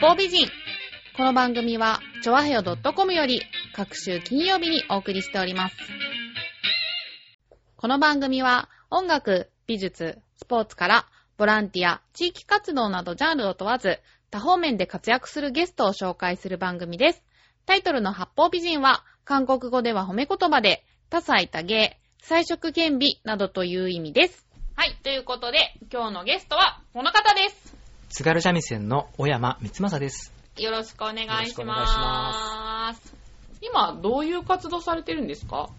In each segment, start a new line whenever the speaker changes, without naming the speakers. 方美人。この番組は、ちょわへよ .com より、各週金曜日にお送りしております。この番組は、音楽、美術、スポーツから、ボランティア、地域活動などジャンルを問わず、多方面で活躍するゲストを紹介する番組です。タイトルの八方美人は、韓国語では褒め言葉で、多彩多芸、彩色兼美などという意味です。はい、ということで、今日のゲストは、この方です。
津軽三味線の小山光政です。
よろしくお願いし
よろしくお願いし
ま。
ます
今、どういう活動されてるんですか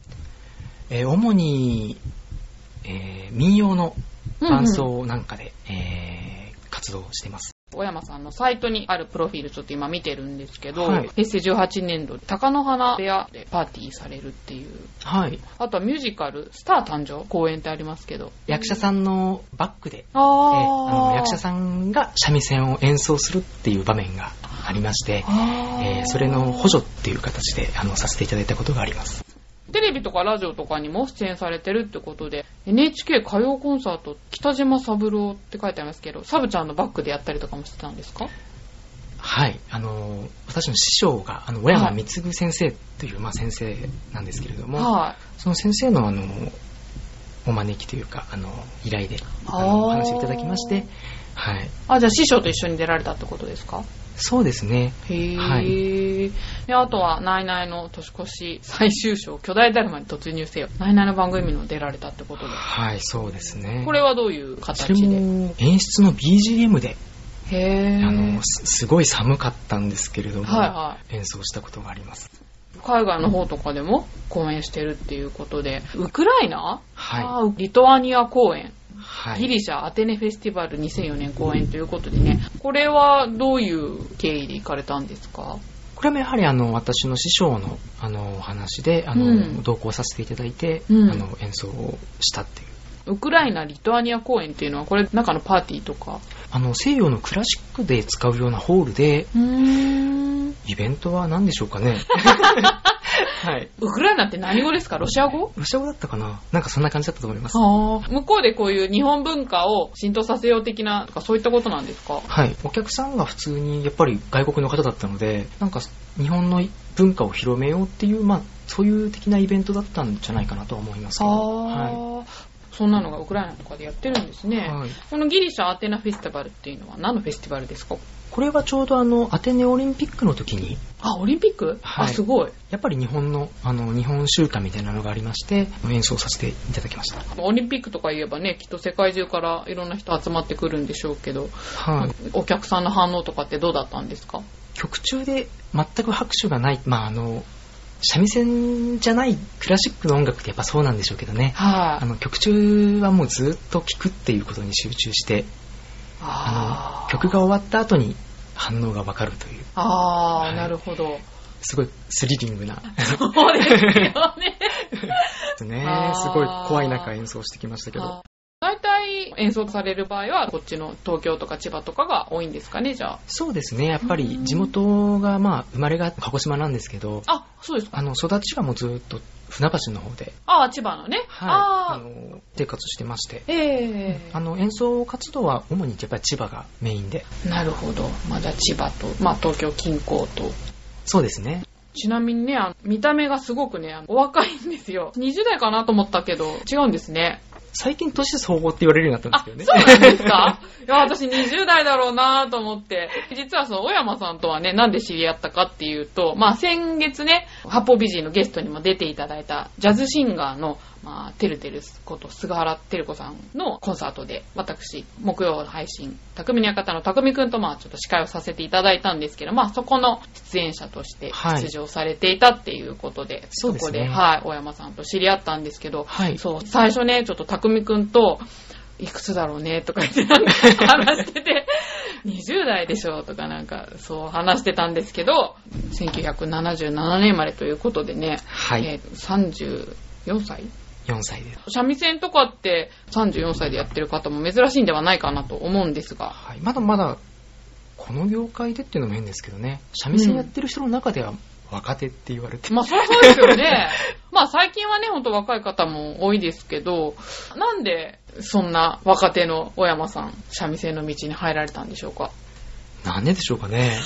えー主に、えー民謡の伴奏なんかで、えー活動しています。
小山さんのサイトにあるプロフィールちょっと今見てるんですけど、
はい
平成18年度、高野花部屋でパーティーされるっていう。
はい。
あとはミュージカル、スター誕生公演ってありますけど。
役者さんのバックで、えー
あー
あの役者さんが三味線を演奏するっていう場面がありまして、
あー
えーそれの補助っていう形であのさせていただいたことがあります。
テレビとかラジオとかにも出演されてるってことで、NHK 歌謡コンサート、北島三郎って書いてありますけど、サブちゃんのバックでやったりとかもしてたんですか
はい。あの、私の師匠が、あの、小山光先生という、まあ、先生なんですけれども、
はい。
その先生のあのお招きというかあの依頼であ
あー
のお話をいただきまして、はい、
あ、じゃあ師匠と一緒に出られたってことですか
そうですね
へぇ
は
ー。で、あとは、ナイナイの年越し最終章、巨大ダルマに突入せよ。ナイナイの番組にも出られたってことで。
はいそうですね
これはどういう
それ
形で
も演出の BGM で、
へ
あ
ぇー
の。すすごい寒かったんですけれども、
はいは
演奏したことがあります
海外の方とかでも公演してるっていうことで、ウクライナ、
は
あーリトアニア公演、
い、は
ギ
い、
リシャアテネフェスティバル2004年公演ということでね、これはどういう経緯で行かれたんですか
これもやはりあの私の師匠のあのお話であの、
うん
同行させていただいて、
うん
あの演奏をしたっていう
ウクライナ、リトアニア公演っていうのは、これ中のパーティーとか。
あの西洋のクラシックで使うようなホールで
うーん。
イベントは何でしょうか ね。はい。
ウクライナって何語ですかロシア語
ロシア語だったかななんかそんな感じだったと思います。
向こうでこういう日本文化を浸透させよう的なとかそういったことなんですか
はい。お客さんが普通にやっぱり外国の方だったので、なんか日本の文化を広めようっていう、まあ、そういう的なイベントだったんじゃないかなとは思いますけど。は
ーそんなのがウクライナとかでやってるんです
い。
ね、
はい、
このギリシャアテナフェスティバルっていうのは何のフェスティバルですか
これはちょうどあのアテネオリンピックの時に
あオリンピック、
はい
あすごい
やっぱり日本のあの日本週間みたいなのがありまして演奏させていただきました、
オリンピックとか言えばねきっと世界中からいろんな人集まってくるんでしょうけど、
はい、
お客さんの反応とかってどうだったんですか
曲中で全く拍手がない、まあ、あの三味線じゃないクラシックの音楽ってやっぱそうなんでしょうけどね
はい
あの曲中はもうずっと聴くっていうことに集中してあの曲が終わった後に反応がわかるという
あーあー、
はい
なるほど
すごいスリリング な
そうですよね
ね
あー
すごい怖い中演奏してきましたけ
あ
ど
ー大体演奏される場合はこっちの東京とか千葉とかが多いんですかねじゃあ
そうですねやっぱり地元が、まあ、生まれが鹿児島なんですけど
あそうですか
あの育ちがもうずっと船橋の方で、
ああ千葉のね、
はい、あ
ああ
の生活してまして
ええ
あの演奏活動は主にやっぱり千葉がメインで
なるほどまだ千葉と、まあ、東京近郊と
そうですね
ちなみにねあの見た目がすごくねあのお若いんですよ20代かなと思ったけど違うんですね
最近年総合って言われるようにな
あ
った
そ
ん
う
ですけどね
なんですかいや私20代だろうなと思って実はその小山さんとはねなんで知り合ったかっていうとまあ先月ね八方美人のゲストにも出ていただいたジャズシンガーのまあ、てるてること菅原てる子さんのコンサートで私木曜配信匠の館の匠くんとまあちょっと司会をさせていただいたんですけどまあそこの出演者として
はい
出場されていたっていうことで、
そうです
こ
ね
ではい小山さんと知り合ったんですけど、
はい
そう、最初ね、ちょっと匠くんと、いくつだろうねとか言ってなんか話してて、20代でしょとかなんかそう話してたんですけど、1977年生まれということでね、
はい
えー34歳
4歳です、
三味線とかって34歳でやってる方も珍しいんではないかなと思うんですが、
はい、まだまだこの業界でっていうのも変ですけどね三味線やってる人の中では若手って言われて、
まあそりゃそうですよ ね。まあ最近はね、ほんと若い方も多いですけど、なんでそんな若手の小山さん、三味線の道に入られたんでしょうか
何年でしょうかね。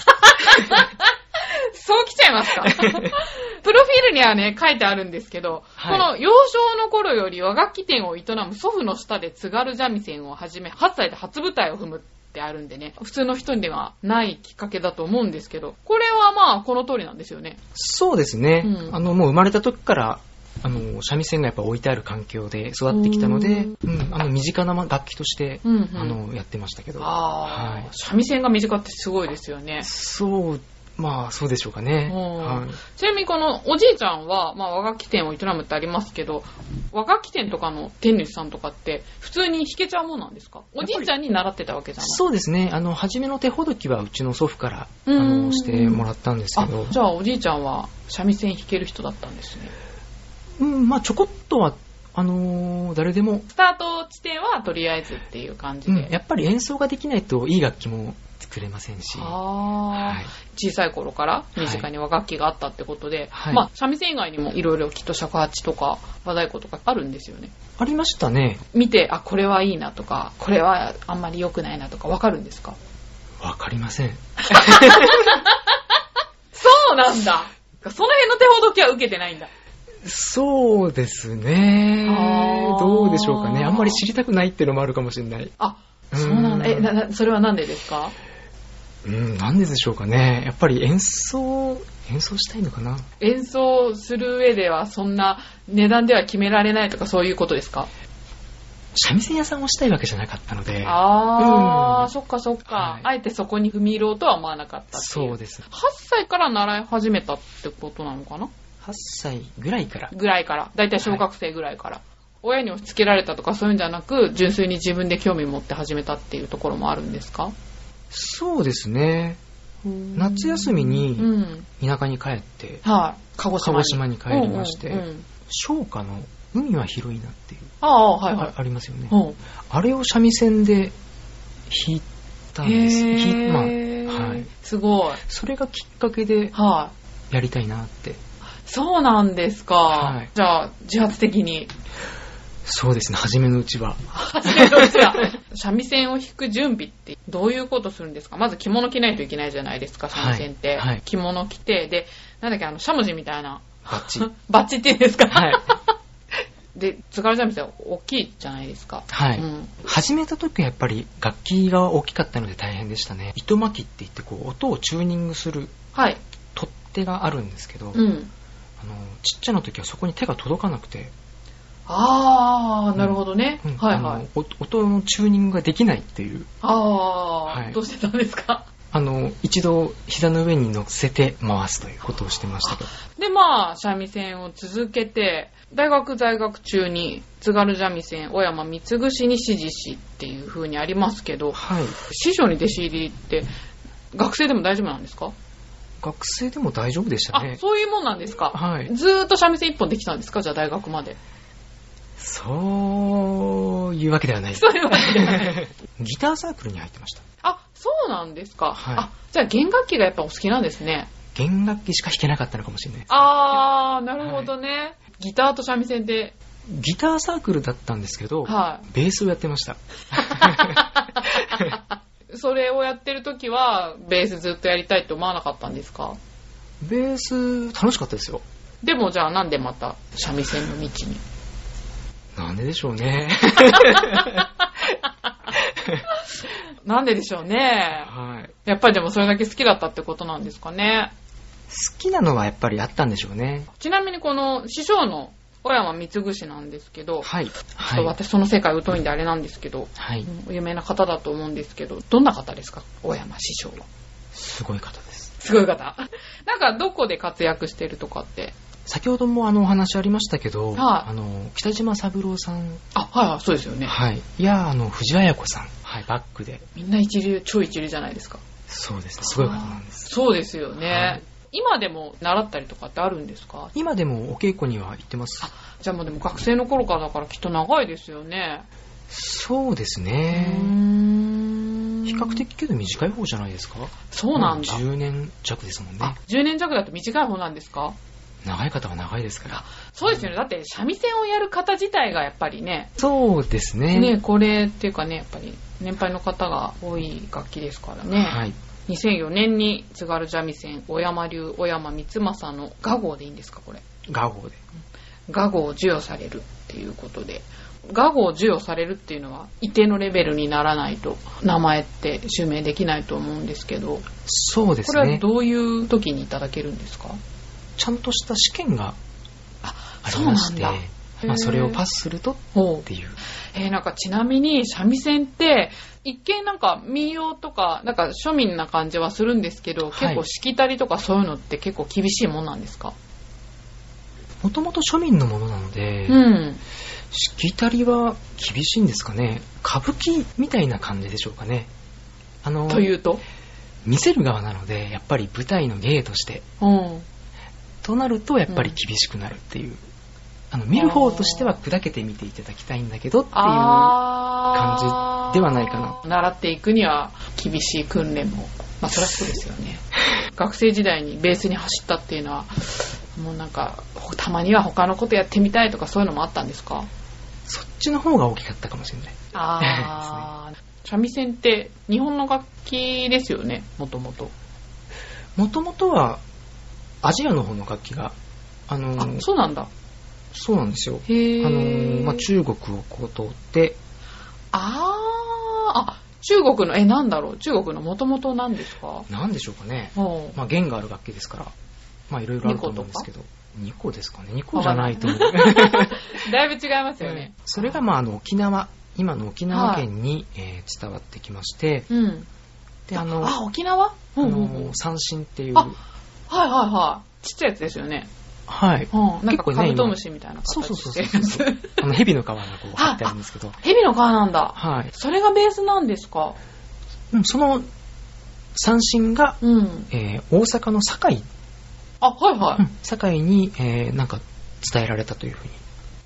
そう来ちゃいます かプロフィールにはね、書いてあるんですけど、
はい
この幼少の頃より和楽器店を営む祖父の下で津軽三味線をはじめ、8歳で初舞台を踏むってあるんでね、普通の人にはないきっかけだと思うんですけど、これはまあ、この通りなんですよね。
そうですね。
うん
あの、もう生まれた時から、あの、三味線がやっぱ置いてある環境で育ってきたので、うん、あの、身近なま楽器として、
うん、うん。
あの、やってましたけど。
あー
はい
三味線が短ってすごいですよね。
そう、まあ、そうでしょうかね。
うん
はい。
ちなみにこのおじいちゃんは、まあ、和楽器店を営むってありますけど、和楽器店とかの店主さんとかって、普通に弾けちゃうもんなんですかおじいちゃんに習ってたわけじゃない
そうですね。あの、初めの手ほどきはうちの祖父から、あ
うん
の、してもらったんですけ
あ
ど、
じゃあおじいちゃんは三味線弾ける人だったんですね
うん、まあ、ちょこっとは、あのー誰でも、
スタート地点はとりあえずっていう感じ
う
で、
ん、やっぱり演奏ができないといい楽器も作れませんし、
あー
はい
小さい頃から身近に和楽器があったってことで、
はい
まあ三味線以外にもいろいろきっと尺八とか和太鼓とかあるんですよね
ありましたね。
見てあこれはいいなとかこれはあんまり良くないなとかわかるんですか
わかりません。
そうなんだその辺の手ほどきは受けてないんだ
そうですね
あー。
どうでしょうかね。あんまり知りたくないっていうのもあるかもしれない。
あそうなんだえななそれはなんでですか
うん、なんででしょうかね。やっぱり演奏、演奏したいのかな。
演奏する上ではそんな値段では決められないとかそういうことですか
三味線屋さんをしたいわけじゃなかったので、
ああ、
うん
そっかそっ
は
か、
い
あえてそこに踏み入ろうとは思わなかったっていう
そうです。
8歳から習い始めたってことなのかな
8歳ぐらいから。
ぐらいからだいたい小学生ぐらいから、親に押し付けられたとかそういうんじゃなく純粋に自分で興味持って始めたっていうところもあるんですか
そうですね。夏休み
う
に
ん
田舎に帰って、
はい鹿児島
鹿児島に帰りまして
うんうんうん
商家の海は広いなっていう、
ああはいはい
あありますよね。
うん
あれを三味線で弾いたんです。
へ
弾いま
ー
あはい。
すごい
それがきっかけで
はい
やりたいなって。
そうなんですか。
はい
じゃあ、自発 的に。
そうですね、初めのうちは。
始めました。三味線を弾く準備ってどういうことするんですかまず着物着ないといけないじゃないですか、三味線って。
はいはい
着物着て、で、なんだっけ、あの、しゃもじみたいな。
バ ッチリ。
バッチっていうんですか、
はい。
で、津軽三味線は大きいじゃないですか。
はい。
うん
始めた時はやっぱり楽器が大きかったので大変でしたね。糸巻きって言ってこう音をチューニングする
はい。
取っ手があるんですけど、
う
あの
ん。
ちっちゃな時はそこに手が届かなくて、
あー、なるほどね。
うん
はい
あの
はい。
お音のチューニングができないっていう。
あー、
はい
どうしてたんですか
あの、一度膝の上に乗せて回すということをしてましたけど。
で、まあ、三味線を続けて、大学在学中に津軽三味線、小山三つ串に師事しっていう風にありますけど、
はい。
師匠に弟子入りって、学生でも大丈夫なんですか、
学生でも大丈夫でした
あ、
ね。
そういうもんなんですか、
はい。
ずーっと三味線一本できたんですかじゃあ大 学まで。
そういうわけではないです
そ。れはね
ギターサークルに入ってました。
あ、そうなんですか、
はい
あ、じゃあ弦楽器がやっぱお好きなんですね。
弦楽器しか弾けなかったのかもしれないです。
あー、なるほどね。ギターと三味線で、
ギターサークルだったんですけど、
はい。
ベースをやってました。
それをやってる時は、ベースずっとやりたいって思わなかったんですか
ベース、楽しかったですよ。
でもじゃあなんでまた三味線の道に
なんででしょう ね。
なんででしょうね。
はい。
やっぱりでもそれだけ好きだったってことなんですかね。
好きなのはやっぱりあったんでしょうね。
ちなみにこの師匠の小山光串なんですけど、
はい。
ち
は
ょっと
い。
私その世界疎いんであれなんですけど、
はい。
うん有名な方だと思うんですけど、どんな方ですか小山師匠は。
すごい方です。
すごい方。 なんかどこで活躍してるとかって。
先ほどもあのお話ありましたけど、
はい
あの、北島三郎さん、
あ、はいはい、そうですよね。
はい。いや、あの、藤あや子さん、はい、バックで。
みんな一流、超一流じゃないですか。
そうですね。すごい方なんです。
そうですよね。
はい
今でも習ったりとかってあるんですか
今でもお稽古には行ってます。
じゃあもうでも学生の頃からだからきっと長いですよね。
そうです
うー
ね。
ん
比較。的けど短い方じゃないですか
そうなんだ。
10年弱ですもんね
あ。、10年弱だと短い方なんですか
長い方は長いですから。
そうですよね。だって三味線をやる方自体がやっぱりね、
そうですね。
ね、これっていうかね、やっぱり年配の方が多い楽器ですからね。
はい。
2004年に津軽三味線小山流小山光政の画号でいいんですかこれ
画号で。
画号を授与されるっていうことで画号を授与されるっていうのは一定のレベルにならないと名前って襲名できないと思うんですけど
そうで
こ
す
れは
ね。
どういう時にいただけるんですか
ちゃんとした試験があ
そう
り
なん
ま
だ
して、
へ
ま
ー
あ、それをパスするとっ
ほう
ていう。
えーなんかちなみに三味線って一見なんか民謡とかなんか庶民な感じはするんですけ
は
ど、
い
結構しきたりとかそういうのって結構厳しいもんなんですか、
もともと庶民のものなので、
うん
しきたりは厳しいんですかね。歌舞伎みたいな感じでしょうかね。あの、
というと、
見せる側なので、やっぱり舞台の芸として、
うん、
となるとやっぱり厳しくなるっていう。あの、見る方としては砕けてみていただきたいんだけどっていう。
あー
感じではないかな
習っていくには厳しい訓練もまあそりゃそうですよ ね学生時代にベースに走ったっていうのはもうなんかほたまには他のことやってみたいとかそういうのもあったんですか
そっちの方が大きかったかもしれない。
ああ、三味線って日本の楽器ですよね、もともと。
もともとは、アジアの方の楽器が、あの
あ
ー、
そうなんだ。
そうなんですよ。
へー
あのー、まあ、中国をこう通って、
あーあ、中国の、え、なんだろう、中国のもともとなんですか
なんでしょうかね。
おう
まあ、弦がある楽器ですから、まあ、いろいろあると思うんですけど、2個ですかね。2個じゃないと思う。
だいぶ違いますよね。
それが、まあ、あの、沖縄、今の沖縄県に、えー伝わってきまして、
うん。
で、あの、
あ、沖縄う
あ
んう
の
んうん。
三振っていう、
あはいはいはい。ちっちゃいやつですよね。
はい。
うん。なん
結
か
構ね
カブトムシみたいな
そう
形
そうそ
し
う
てる
そうそう。あの、蛇の皮がこう貼ってあるんですけど、
蛇の皮なんだ。
はい。
それがベースなんですか
うんその三振が、
うん。
えー大阪の堺、
あ、はいはい。
堺に、えーなんか伝えられたというふうに。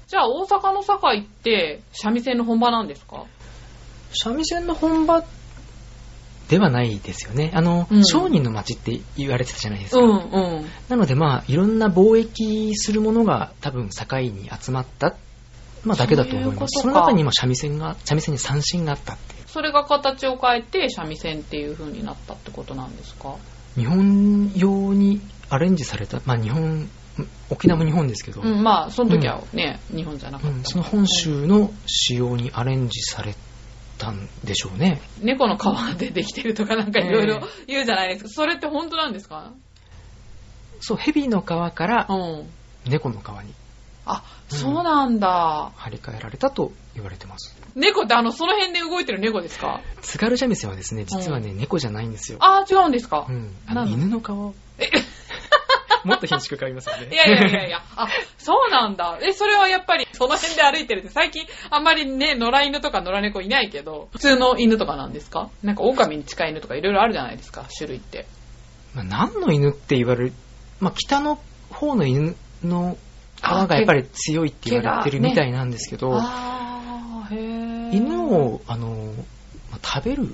じゃあ大阪の堺って三味線の本場なんですか
三味線の本場ではないですよね。あの、
うん
商人の町って言われてたじゃないです
う
か。
んうん。
なのでまあ、いろんな貿易するものが多分堺に集まった。まあ、だけだと思います。
そう
そ
い
の
うことか
中に今、三味線が、三味線に三振があったっていう。
それが形を変えて三味線っていう風になったってことなんですか
日本用にアレンジされた、まあ、日本、沖縄も日本ですけど、
うん、まあその時はね、日本じゃなか
う
った、
ん、その本州の仕様にアレンジされたんでしょうね。
猫の皮でできてるとかなんかいろいろ
え
言うじゃないですかそれって本当なんですか
そう、蛇の皮から
うん
猫の皮に
あ、
うん
そうなんだ
張り替えられたと言われてます。
猫ってあのその辺で動いてる猫ですか
津軽三味線はですね、実はね、猫じゃないんですよ。
あー違うんですか、
うん。あの
なんだ
犬の皮を。 もっと品種変わりますよね。
いやいや いやいや、あ、そうなんだ。え、それはやっぱりその辺で歩いてるって、最近あんまりね、野良犬とか野良猫いないけど、普通の犬とかなんですかなんか狼に近い犬とかいろいろあるじゃないですか、種類って。
まあ、何の犬って言われる、まあ、北の方の犬の皮
あ
がやっぱり強いって言われてる
毛がね
みたいなんですけど、
あー、へー
犬、を、あの、まあ食べる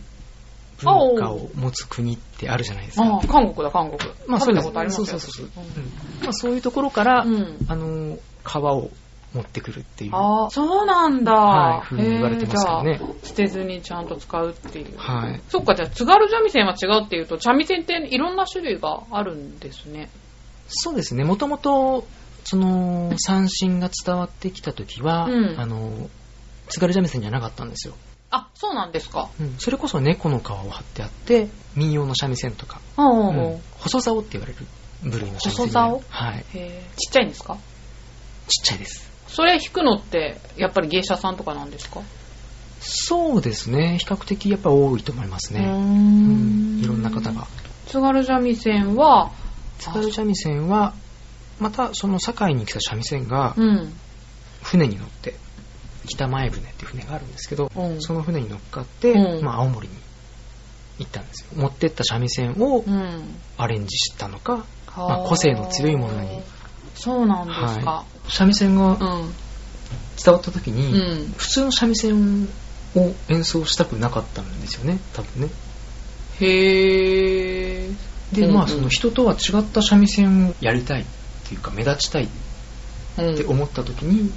文化を持つ国ってあるじゃないですか。
あー韓国だ、韓国。
まあ
食べたことありますよ。
そうですそうそうそう、うんまあ、そういうところから、
うん。
あの皮を持ってくるっていう、は
あー、そうなんだ。
い、ふうに言われてますけど
へー
ね
じゃ。あ捨てずにちゃんと使うっていう。
はい。
そっか、じゃあ津軽三味線は違うっていうと、三味線っていろんな種類があるんですね。
そうですね。もともと、その、三振が伝わってきた時は、
うん
あの、津軽三味線じゃなかったんですよ。
あ、そうなんですか。
うんそれこそ猫の皮を張ってあって、民謡の三味線とか、
うんうんうん
うん細竿って言われる部類の三味線に
細
なる。
竿
はい。
へーちっちゃいんですか
ちっちゃいです。
それ弾くのってやっぱり芸者さんとかなんですか
そうですね。比較的やっぱ多いと思います
うー
ね。うんん、いろんな方が。
津軽三味線は
津軽三味線はまたその堺に来た三味線が
うん
船に乗って北前船っていう船があるんですけど
うん
その船に乗っかって、
うん
まあ、青森に行ったんですよ持ってった三味線を
うん
アレンジしたのかまあ個性の強いものに
そうなんですか、
三味線が
うん
伝わった時
う
に、
ん
普通の三味線を演奏したくなかったんですよね多分ね
へえ
でま
うん
あその人とは違った三味線をやりたいっていうか目立ちたいっ
うん
て思った時に、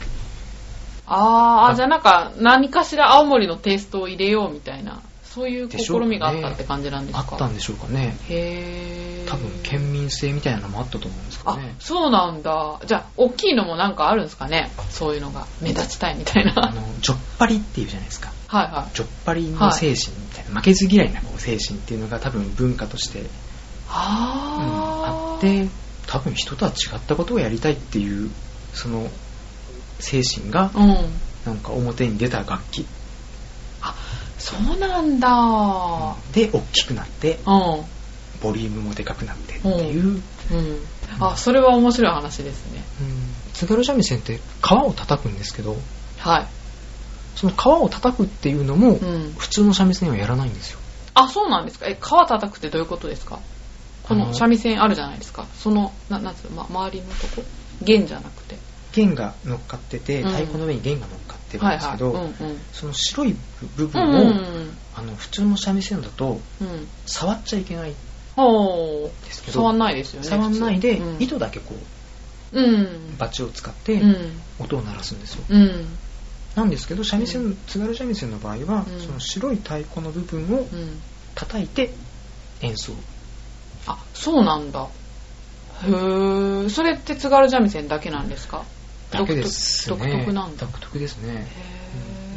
あーあじゃあなんか何かしら青森のテイストを入れようみたいなそういう
でしょう
試
かね
みがあったって感じなんです
あ
か
ったんでしょうかね。
へー
多分、県民性みたいなのもあったと思うんですけど
あ
ね。
そうなんだじゃあ大きいのもなんかあるんですかねそういうのが目立ちたいみたいな
あ
はい
の、ジョッパリっていうじゃないですか。
は
ジョッパリの精神みたいな、負けず嫌いなこう精神っていうのが多分文化として、うん
いあー、
あって、多分人とは違ったことをやりたいっていう、その精神が、
うん
なんか表に出た楽器
そうなんだ
で、大きくなって、
うん
ボリュームもでかくなってっていう、うん、
うんあそれは面白い話ですね
津軽三味線って皮を叩くんですけど、
は
その皮を叩くっていうのも
い、う、ん、
普通の三味線はやらないんですよ。
あそうなんですかえ皮叩くってどういうことですか
あ
この
の
三味線あるじゃないですかそのななんつうの、ま、周りのとこ弦じゃなくて
弦が乗っかってて、
うん
太鼓の上に弦が乗っかってるん
はい
です
は
け
い
ど、
うんうん
その白い部
う
分
ん
を、
うん
あの普通の三味線だと
うん
触っちゃいけないんで
ほう
すけど
触んないですよね
触んないで、
普通うん、
糸だけこう
うん
バチを使って
うん
音を鳴らすんですよ、
うん
なんですけど三味線、
う
津軽三味線の場合は、
うん
その白い太鼓の部分を
うん
叩いて演奏
あそうなんだへえそれって津軽三味線だけなんですか
だけですね
独特独特なんだ
独特ですね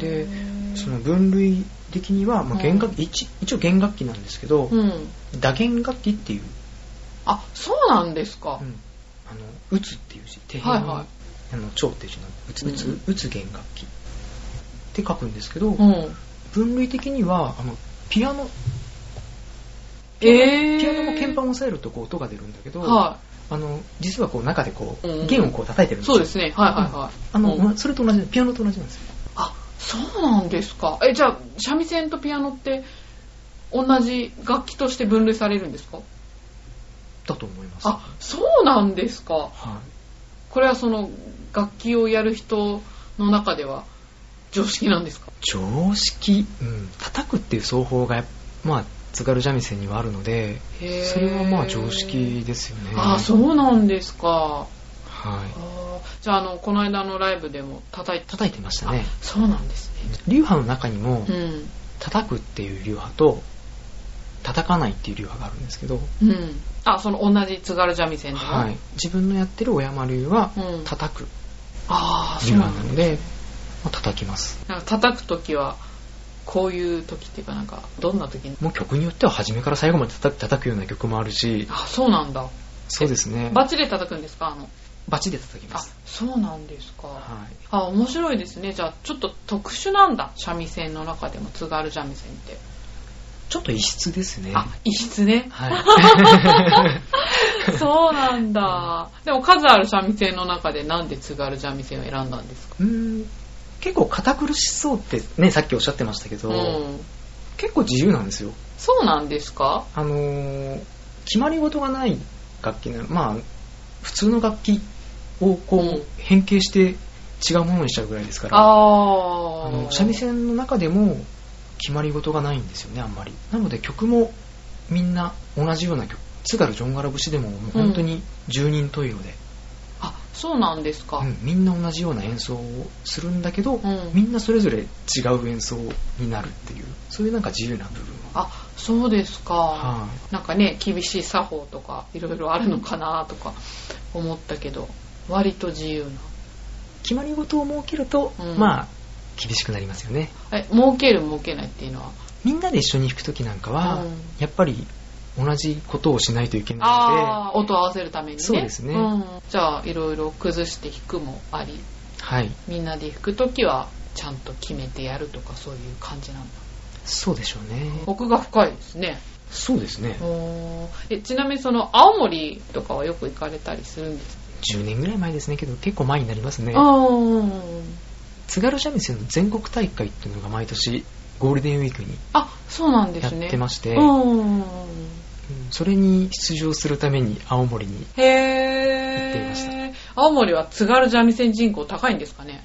へ
で
ー
その分類的には、まあ弦楽
うん
一一応弦楽器なんですけど、
うん
打弦楽器っていう、
あそうなんですか、
うんあの打つっていう字手
は
辺
い
に、
は
あの蝶っていう字の打つ打つ、
うん
打つ弦楽器って書くんですけど、
いうん
分類的にはあのピアノ
えー、
ピアノも鍵盤を押さえるとこう音が出るんだけど、
は
あの実はこう中でこう、
うん
弦をこう叩いてるんで
い
すよ
そうですねはいはいはい、
あの、
うん
それと同じピアノと同じなんですよ
あそうなんですかえじゃあ三味線とピアノって同じ楽器として分類されるんですか
だと思います
あそうなんですか
は
これはその楽器をやる人の中では常識なんですか
い、常識、うん、叩くっていう奏法がやっまあ津軽三味線にはあるので
へー
それはまあ常識ですよね
あそうなんですか
は
あ
い
ーじゃああのこの間のライブでも叩いて
叩いてましたね
そうなんですね
流派の中にも
うん
叩くっていう流派と叩かないっていう流派があるんですけど、
うんあその同じ津軽三味線でも
はい、自分のやってる小山流は
うん
叩く
ああ
流
そうな
派なん
だ
ので、まあ叩きます
なんか叩く時はこういう時っていうかなんかどんな時に
もう曲によっては初めから最後まで叩叩くような曲もあるし
あそうなんだ
そうですね
バチで叩くんですかあの
バチで叩きま
あ
す
そうなんですか
はい
あ面白いですねじゃあちょっと特殊なんだ三味線の中でも津軽三味線って
ちょっと異質ですね
あ異質 ね
はい、
そうなんだ。でも数ある三味線の中でなんで津軽三味線を選んだんですか
うーん結構堅苦しそうってねさっきおっしゃってましたけど、
うん。
結構自由なんですよ
そうなんですか
あのー決まり事がない楽器なのまあ普通の楽器をこう、
うん
変形して違うものにしちゃうぐらいですから
あ
あ
ー
の三味線の中でも決まり事がないんですよねあんまりなので曲もみんな同じような曲津軽ジョンガラ節でももう本当に十人十色で、
あ、そうなんですか。
うんみんな同じような演奏をするんだけど、
ん
みんなそれぞれ違う演奏になるっていうそういうなんか自由な部分は、
あ、そうですか。
は
なんかね、厳しい作法とか、いろいろあるのかなとか思ったけど、割と自由
い決まり事を設けると、
うん
まあ厳しくなりますよね
な。え、儲ける儲けないっていうのは。
みんなで一緒に弾く時なんかは、
うん
やっぱり同じことをしないといけないの
ああ、音を合わせるためにね。
そうですね
うんじゃあ、いろいろ崩して弾くもあり、
ではい
みんなで弾くときはちゃんと決めてやるとかそういう感じなんだ
そうでしょうね
奥が深いですね
そうですね
おーえちなみにその青森とかはよく行かれたりするんですか
10年ぐらい前ですねけど結構前になりますね
うん
津軽三味線の全国大会っていうのが毎年ゴールデンウィークに
あそうなんで
やっ
すね
てまして、
うん
うんそれに出場するために青森に行
へ
っていまし
え青森は津軽三味線人口高いんですかね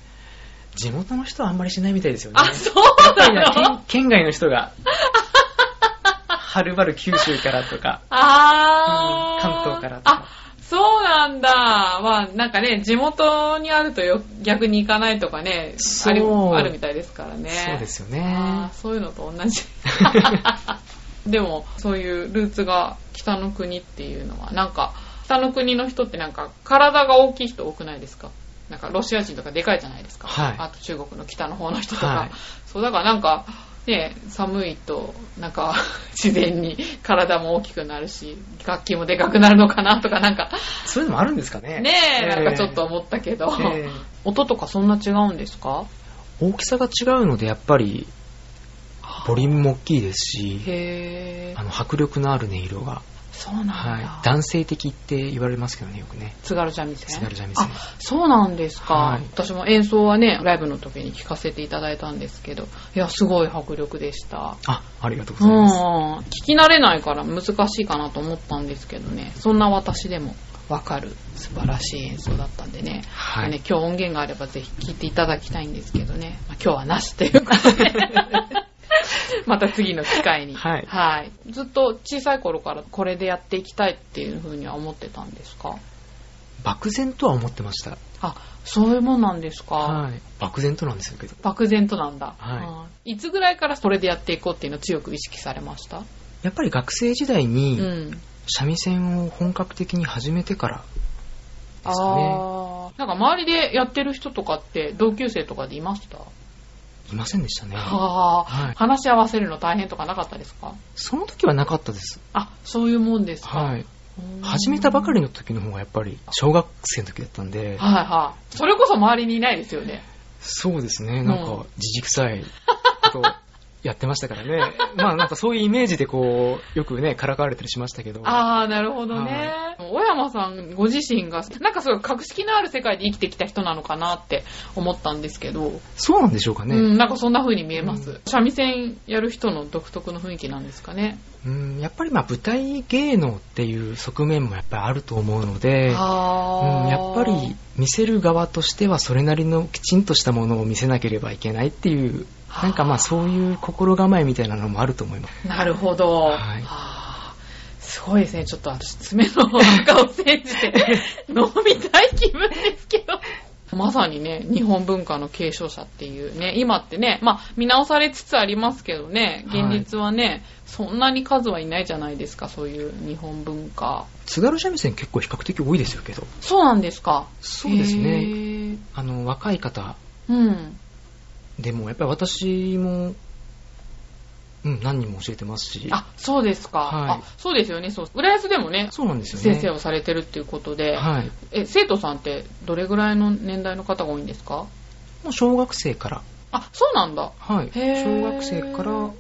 地元の人はあんまりしないみたいですよね
あそう
やっぱり
な
な
の
県県外の人がはるばる九州からとか
あー
うん関東からとか
あそうなんだ。まあ、なんかね、地元にあるとよ逆に行かないとかね、あ
そ
る
う
あるみたいですからね。
そうですよ
あ
ね
ー。そういうのと同 じ。でも、そういうルーツが北の国っていうのは、なんか、北の国の人ってなんか、体が大きい人多くないですかなんか、ロシア人とかでかいじゃないですか。
はい
あと、中国の北の方の人とか。
はい
そう、だからなんか、ね、寒いと、なんか、 自然に体も大きくなるし、楽器もでかくなるのかなとか、なんか、
そういうのもあるんですかね。
ねえ、
え
なんかちょっと思ったけど、
えー
音とかそんな違うんですか
大きさが違うので、やっぱり、ボリュームも大きいですし、
へ
あ
ー
の、迫力のある音色が、
そうなんだ。
はい。男性的って言われますけどね、よくね。
津軽三味線
津軽三味線
あそうなんですか、
はい
私も演奏はねライブの時に聴かせていただいたんですけどいやすごい迫力でした
あ、ありがとう
う
ござい
ん
ます。
聞き慣れないから難しいかなと思ったんですけどねそんな私でもわかる素晴らしい演奏だったんでね,、
はい
ね今日音源があればぜひ聴いていただきたいんですけどね、まあ今日はなしということで また次の機会に
はい
ずっと小さい頃からこれでやっていきたいっていうふうには思ってたんですか
漠然とは思ってました。
あ、そういうもんなんですか。
はい。漠然となんですけど。
漠然となんだ、
は
うんいつぐらいからそれでやっていこうっていうのを強く意識されました
やっぱり学生時代
う
に、
ん。
三味線を本格的に始めてからですかね。
ああ。なんか周りでやってる人とかって同級生とかでいました
いませんでしたね。
ああ、
はい
話し合わせるの大変とかなかったですか
その時はなかったです。
あ、そういうもんですか。
はい。
うん
始めたばかりの時の方がやっぱり小学生の時だったんで、
はいはい。それこそ周りにいないですよね。
そうですね、
ん
なんか、じじくさいことをやってましたから ね。まあなんかそういうイメージでこう、よくね、からかわれたりしましたけど。
ああ、なるほどね。小山さんご自身が、なんかすごい格式のある世界で生きてきた人なのかなって思ったんですけど、
そうなんでしょうかね。
うん、なんかそんな風に見えます。
うん
三味線やる人の独特の雰囲気なんですかね。
うん、やっぱりまあ舞台芸能っていう側面もやっぱりあると思うので、
あ
うん、
ー
やっぱり見せる側としてはそれなりのきちんとしたものを見せなければいけないっていう、なんかまあそういう心構えみたいなのもあると思います。
なるほど。
はい
あーすごいですね。ちょっと私、爪の中を煎 じて飲みたい気分ですけど。まさにね、日本文化の継承者っていうね、今ってね、まあ見直されつつありますけどね、
はい
現実はね、そんなに数はいないじゃないですか、そういう日本文化。
津軽三味線結構比較的多いですよけど。
そうなんですか。
そうです
へ
ね。
ー
あの、若い方
うん。
でもやっぱり私も、うん、何人も教えてますし、
あ、そうですか。
はい
あ、そうですよね。そう。浦安でもね、
そうなんですよね。
先生をされてるっていうことで、
はい。
え、生徒さんってどれぐらいの年代の方が多いんですか
もう小学生から、
あ、そうなんだ。
はい。
へー
小学生から、やっ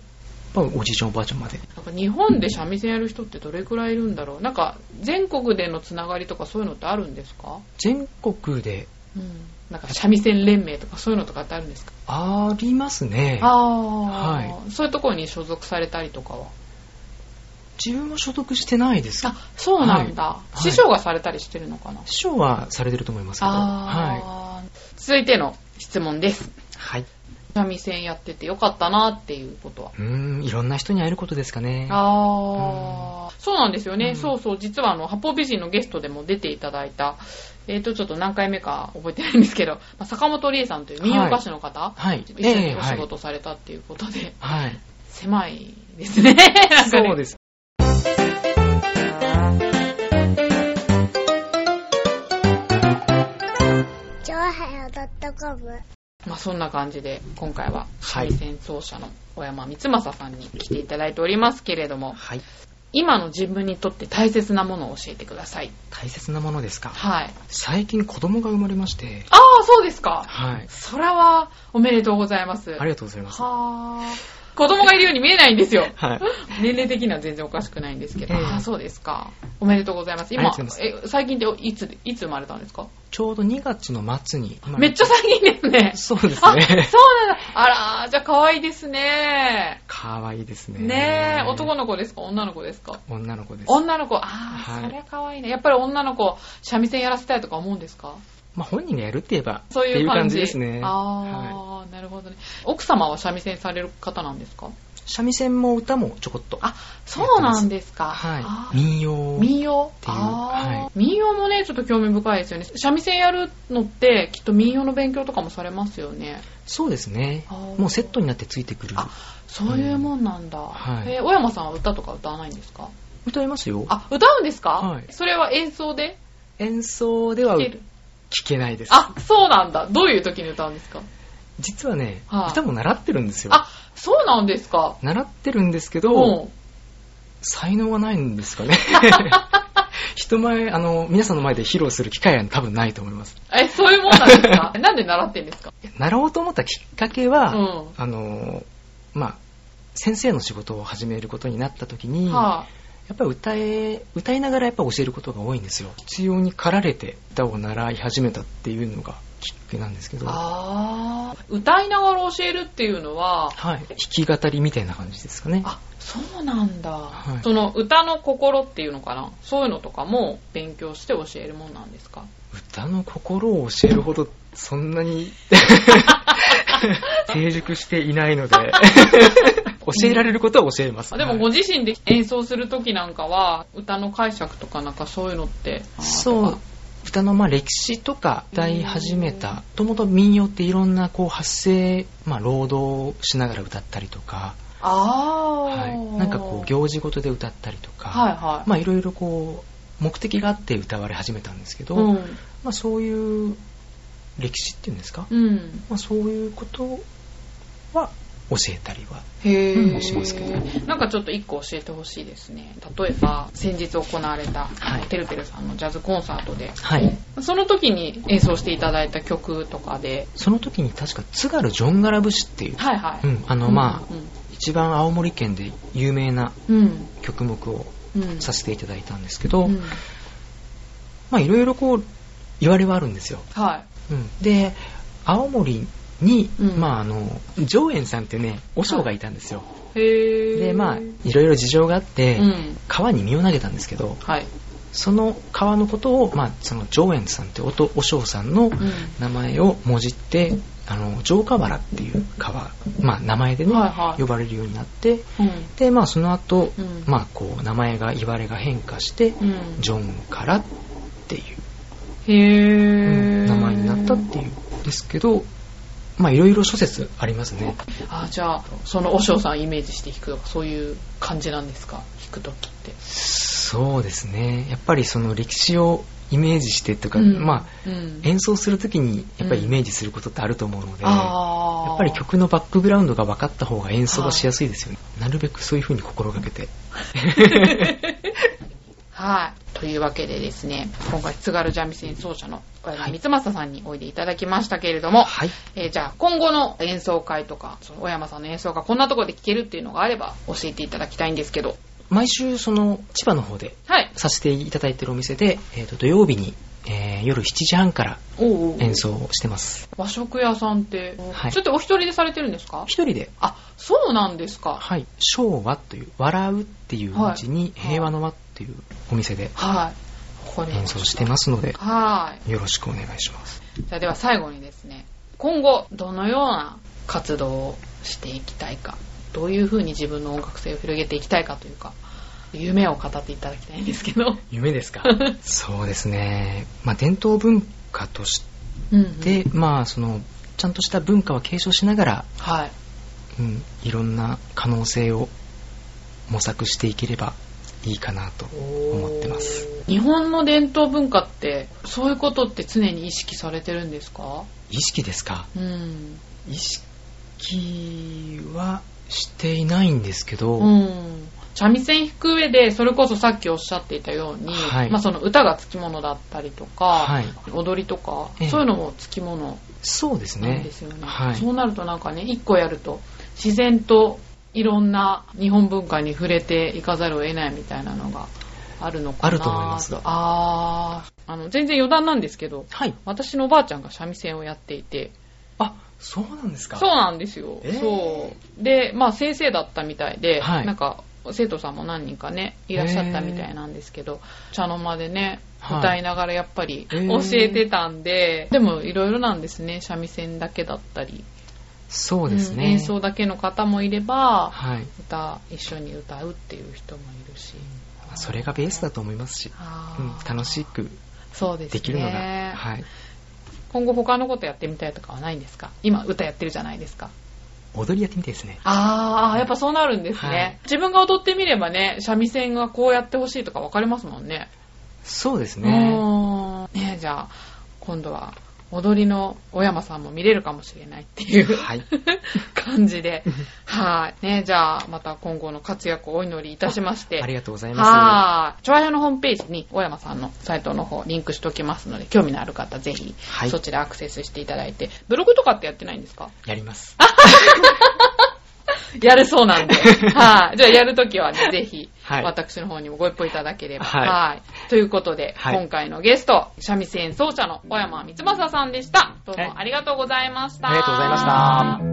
ぱおじいちゃんおばあちゃんまで。
なんか日本で三味線やる人ってどれくらいいるんだろうなんか全国でのつながりとかそういうのってあるんですか
全国で
うん。なんか三味線連盟とかそういうのとかってあるんですか
ありますね。
ああ、
は
そういうところに所属されたりとかは
自分は所属してないです。
あ、そうなんだ、
い
師匠がされたりしてるのかな、
師匠はされてると思いますけど。は
ああ、続いての質問です。
い。はい。
三味線やっててよかったなっていうことは
うーん、いろんな人に会えることですかね。
あー、そうなんですよね。
うん
そうそう。実は、あの、八方美人のゲストでも出ていただいた、えっ、と、ちょっと何回目か覚えてないんですけど、 まあ坂本理恵さんという民謡歌手の方、
はい。
一緒にお
は
仕
い。
事されたっていうことで、
はい。
狭いですね。 なんかね
そうです。
ちょわはよ .com
まあ、そんな感じで、今回は、
は
三
い
味線奏者の小山光正さんに来ていただいておりますけれども、
はい。
今の自分にとって大切なものを教えてください。
大切なものですか。
はい。
最近子供が生まれまして。
ああ、そうですか。
はい。
それは、おめでとうございます。
ありがとうございます。
はあ。子供がいるように見えないんですよ。
はい。
年齢的には全然おかしくないんですけど。
ええ
ああ、そうですか。おめでとうございます。
あり
今
がとうござ、
え最近っていつ、いつ生まれたんですか
ちょうど2月の末に。
めっちゃ最近で すね。
そうです
あ、そうなん
ね。
だ。あらー、じゃあ可愛いですね。
かわいいですね。
ねえ、男の子ですか女の子ですか
女の子です。
女の子、ああ、
はい
それ可愛いね。やっぱり女の子、三味線やらせたいとか思うんですか
まあ本人がやるって言えば、
そういう感
っていう感じ
じ
ですね。
あ
は
あ、なるほどね。奥様は三味線される方なんですか
い三味線も歌もちょこっと。
あ、そうなんですか。
は
あ
い。民謡。
民謡
ていう
あー、
はい
民謡もね、ちょっと興味深いですよね。三味線やるのって、きっと民謡の勉強とかもされますよね。
そうですね
あ。ー
もうセットになってついてくる。
あそういうもんなんだ。
はい
えー小山さんは歌とか歌わないんですか
歌いますよ。
あ、歌うんですか、
はい
それは演奏で
演奏では
弾
聞
ける
けないです。
あ、そうなんだ。どういう時に歌うんですか
実はね、
はい
歌も習ってるんですよ。
あ、そうなんですか。
習ってるんですけ
う
ど、
ん。
才能がないんです かね。人前、あの、皆さんの前で披露する機会は多分ないと思います。
え、そういうもんなんで すかなんで習ってんですか
習おうと思ったきっかけ
う
は、
ん。
あの、まあ、先生の仕事を始めることになった時に、
は
やっぱり歌え、歌いながらやっぱ教えることが多いんですよ。必要に駆られて歌を習い始めたっていうのがきっかけなんですけど、は
あ。あー歌いながら教えるっていうのは、
い。弾き語りみたいな感じですかね。
あ、そうなんだ。
はい
その歌の心っていうのかなそういうのとかも勉強して教えるもんなんですか
歌の心を教えるほどそんな に成熟していないの で、教えられることは教えます。
あでも
はい
ご自身で演奏するときなんかは、歌の解釈とかなんかそういうのって。あー
そう。歌のまあ歴史とか歌い始めた、もともと民謡っていろんなこう発声、まあ、労働しながら歌ったりとか、
あ
は
ー
い、なんかこう行事ごとで歌ったりとか、
はいはい。
まあ、いろいろこう目的があって歌われ始めたんですけど、
う
ま
ん。
あ、そういう歴史っていうんですか、
うん。
まあ、そういうことは教えたりは
へ
う
ー
んしますけど
なんかちょっと一個教えてほしいですね。例えば、先日行われた、
はい
てるてるさんのジャズコンサートで、
はい
その時に演奏していただいた曲とかで、
その時に確か津軽ジョンガラ節っていう、
はいはい。
うん、あのまあ、
あ、
一番青森県で有名な
うん。
曲目を
うん。
さ
し
せていただいたんですけど、
うん。
まあいろいろこう言われはあるんですよ、
は
うんで青森に、
うん
まああの常円さんってね和尚がいたんですよ、
い。へー。
でまあいろいろ事情があって、
うん。
川に身を投げたんですけど
はい。
その川のことを、まあ、その常円さんっておと和尚さんの
う
名前をもじって、あの城河原っていう川、まあ、名前でね、
ん。はいはい。
呼ばれるようになって
うん。
でまあその後、
うん
まあこう名前が言われが変化して、
うん
ジョンからっていう
へー、
名前になったっていうですけどまあいろいろ諸説ありますね
あじゃあその和尚さんイメージして弾くとかそういう感じなんですか弾く時って
そうですねやっぱりその歴史をイメージしてとか、
うん
まあ
うん
演奏するときにやっぱりイメージすることってあると思うので、や
あー
っぱり曲のバックグラウンドが分かった方が演奏がしやすいですよねなるべくそういう風に心がけて
はい。というわけでですね、今回、津軽三味線奏者の小山
はい
光正さんにおいでいただきましたけれども、
はい
えーじゃあ、今後の演奏会とか、その小山さんの演奏がこんなところで聴けるっていうのがあれば、教えていただきたいんですけど、
毎週その千葉の方で
はい。
させていただいてるお店で、えー、と土曜日に、えー夜7時半から
おうおう
演奏をしてます
和食屋さんって、
はい
ちょっとお一人でされてるんですか
一人で
あ、そうなんですか。
はい昭和という笑うっていう文字に
はい
平和の和っていうお店で
はい。ここに。
演奏してますので
はい。
よろしくお願いします
じゃあでは最後にですね、今後どのような活動をしていきたいか、どういうふうに自分の音楽性を広げていきたいかというか、夢を語っていただきたいんですけど。
夢です か そうですね、まあ、伝統文化として
うん
で、まあそのちゃんとした文化は継承しながら、
はい。
うん、いろんな可能性を模索していければいいかなと思ってます
日本の伝統文化って、そういうことって常に意識されてるんですか
意識ですか
うん。
意識はしていないんですけど、
うん。三味線弾く上で、それこそさっきおっしゃっていたように、
はい
まあその歌がつきものだったりとか、
はい
踊りとか、
ええ
そういうのもつきもの
そうです
なん
ね
ですよね。
はい
そうなるとなんかね、一個やると自然といろんな日本文化に触れていかざるを得ないみたいなのがあるのかな
あると思いますが
あーあの、全然余談なんですけど、
はい
私のおばあちゃんが三味線をやっていて、
あそうなんですか
そうなんですよ。
えー
そう。で、まあ先生だったみたいで、
はい
なんか生徒さんも何人かね、いらっしゃったみたいなんですけど、茶の間でね、
はい
歌いながらやっぱり
え
教
ー
えてたんで、でもいろいろなんですね、三味線だけだったり。
そうですね。
ん演奏だけの方もいれば、
はい。
歌、一緒に歌うっていう人もいるし。
まあそれがベースだと思いますし、
あ
うん、
ー
楽しく
そうですね。
できるのが、はい。
今後他のことやってみたいとかはないんですか今歌やってるじゃないですか。
踊りやってみたいですね。
ああ、やっぱそうなるんですね。
はい
自分が踊ってみればね、三味線がこうやってほしいとかわかりますもんね。
そうです
う
ね。
ーんねえじゃあ、今度は踊りの小山さんも見れるかもしれないって いう
はい。
感じで。はい。ねえじゃあ、また今後の活躍をお祈りいたしまして。
ありがとうございま
はい。チョアヘオのホームページに、小山さんのサイトの方、リンクしておきますので、興味のある方、ぜひ、
はい
そちらアクセスしていただいて、ブログとかってやってないんですか
す。やります。
やるそう なんで。はい。じゃあ、やるときはね、ぜひ、
はい
私の方にもご一報いただければ。は。
はいい
ということで、
はい
今回のゲスト、三味線奏者の小山光正さんでした。どう
はい
もありがとうございました。
ありがとうございました。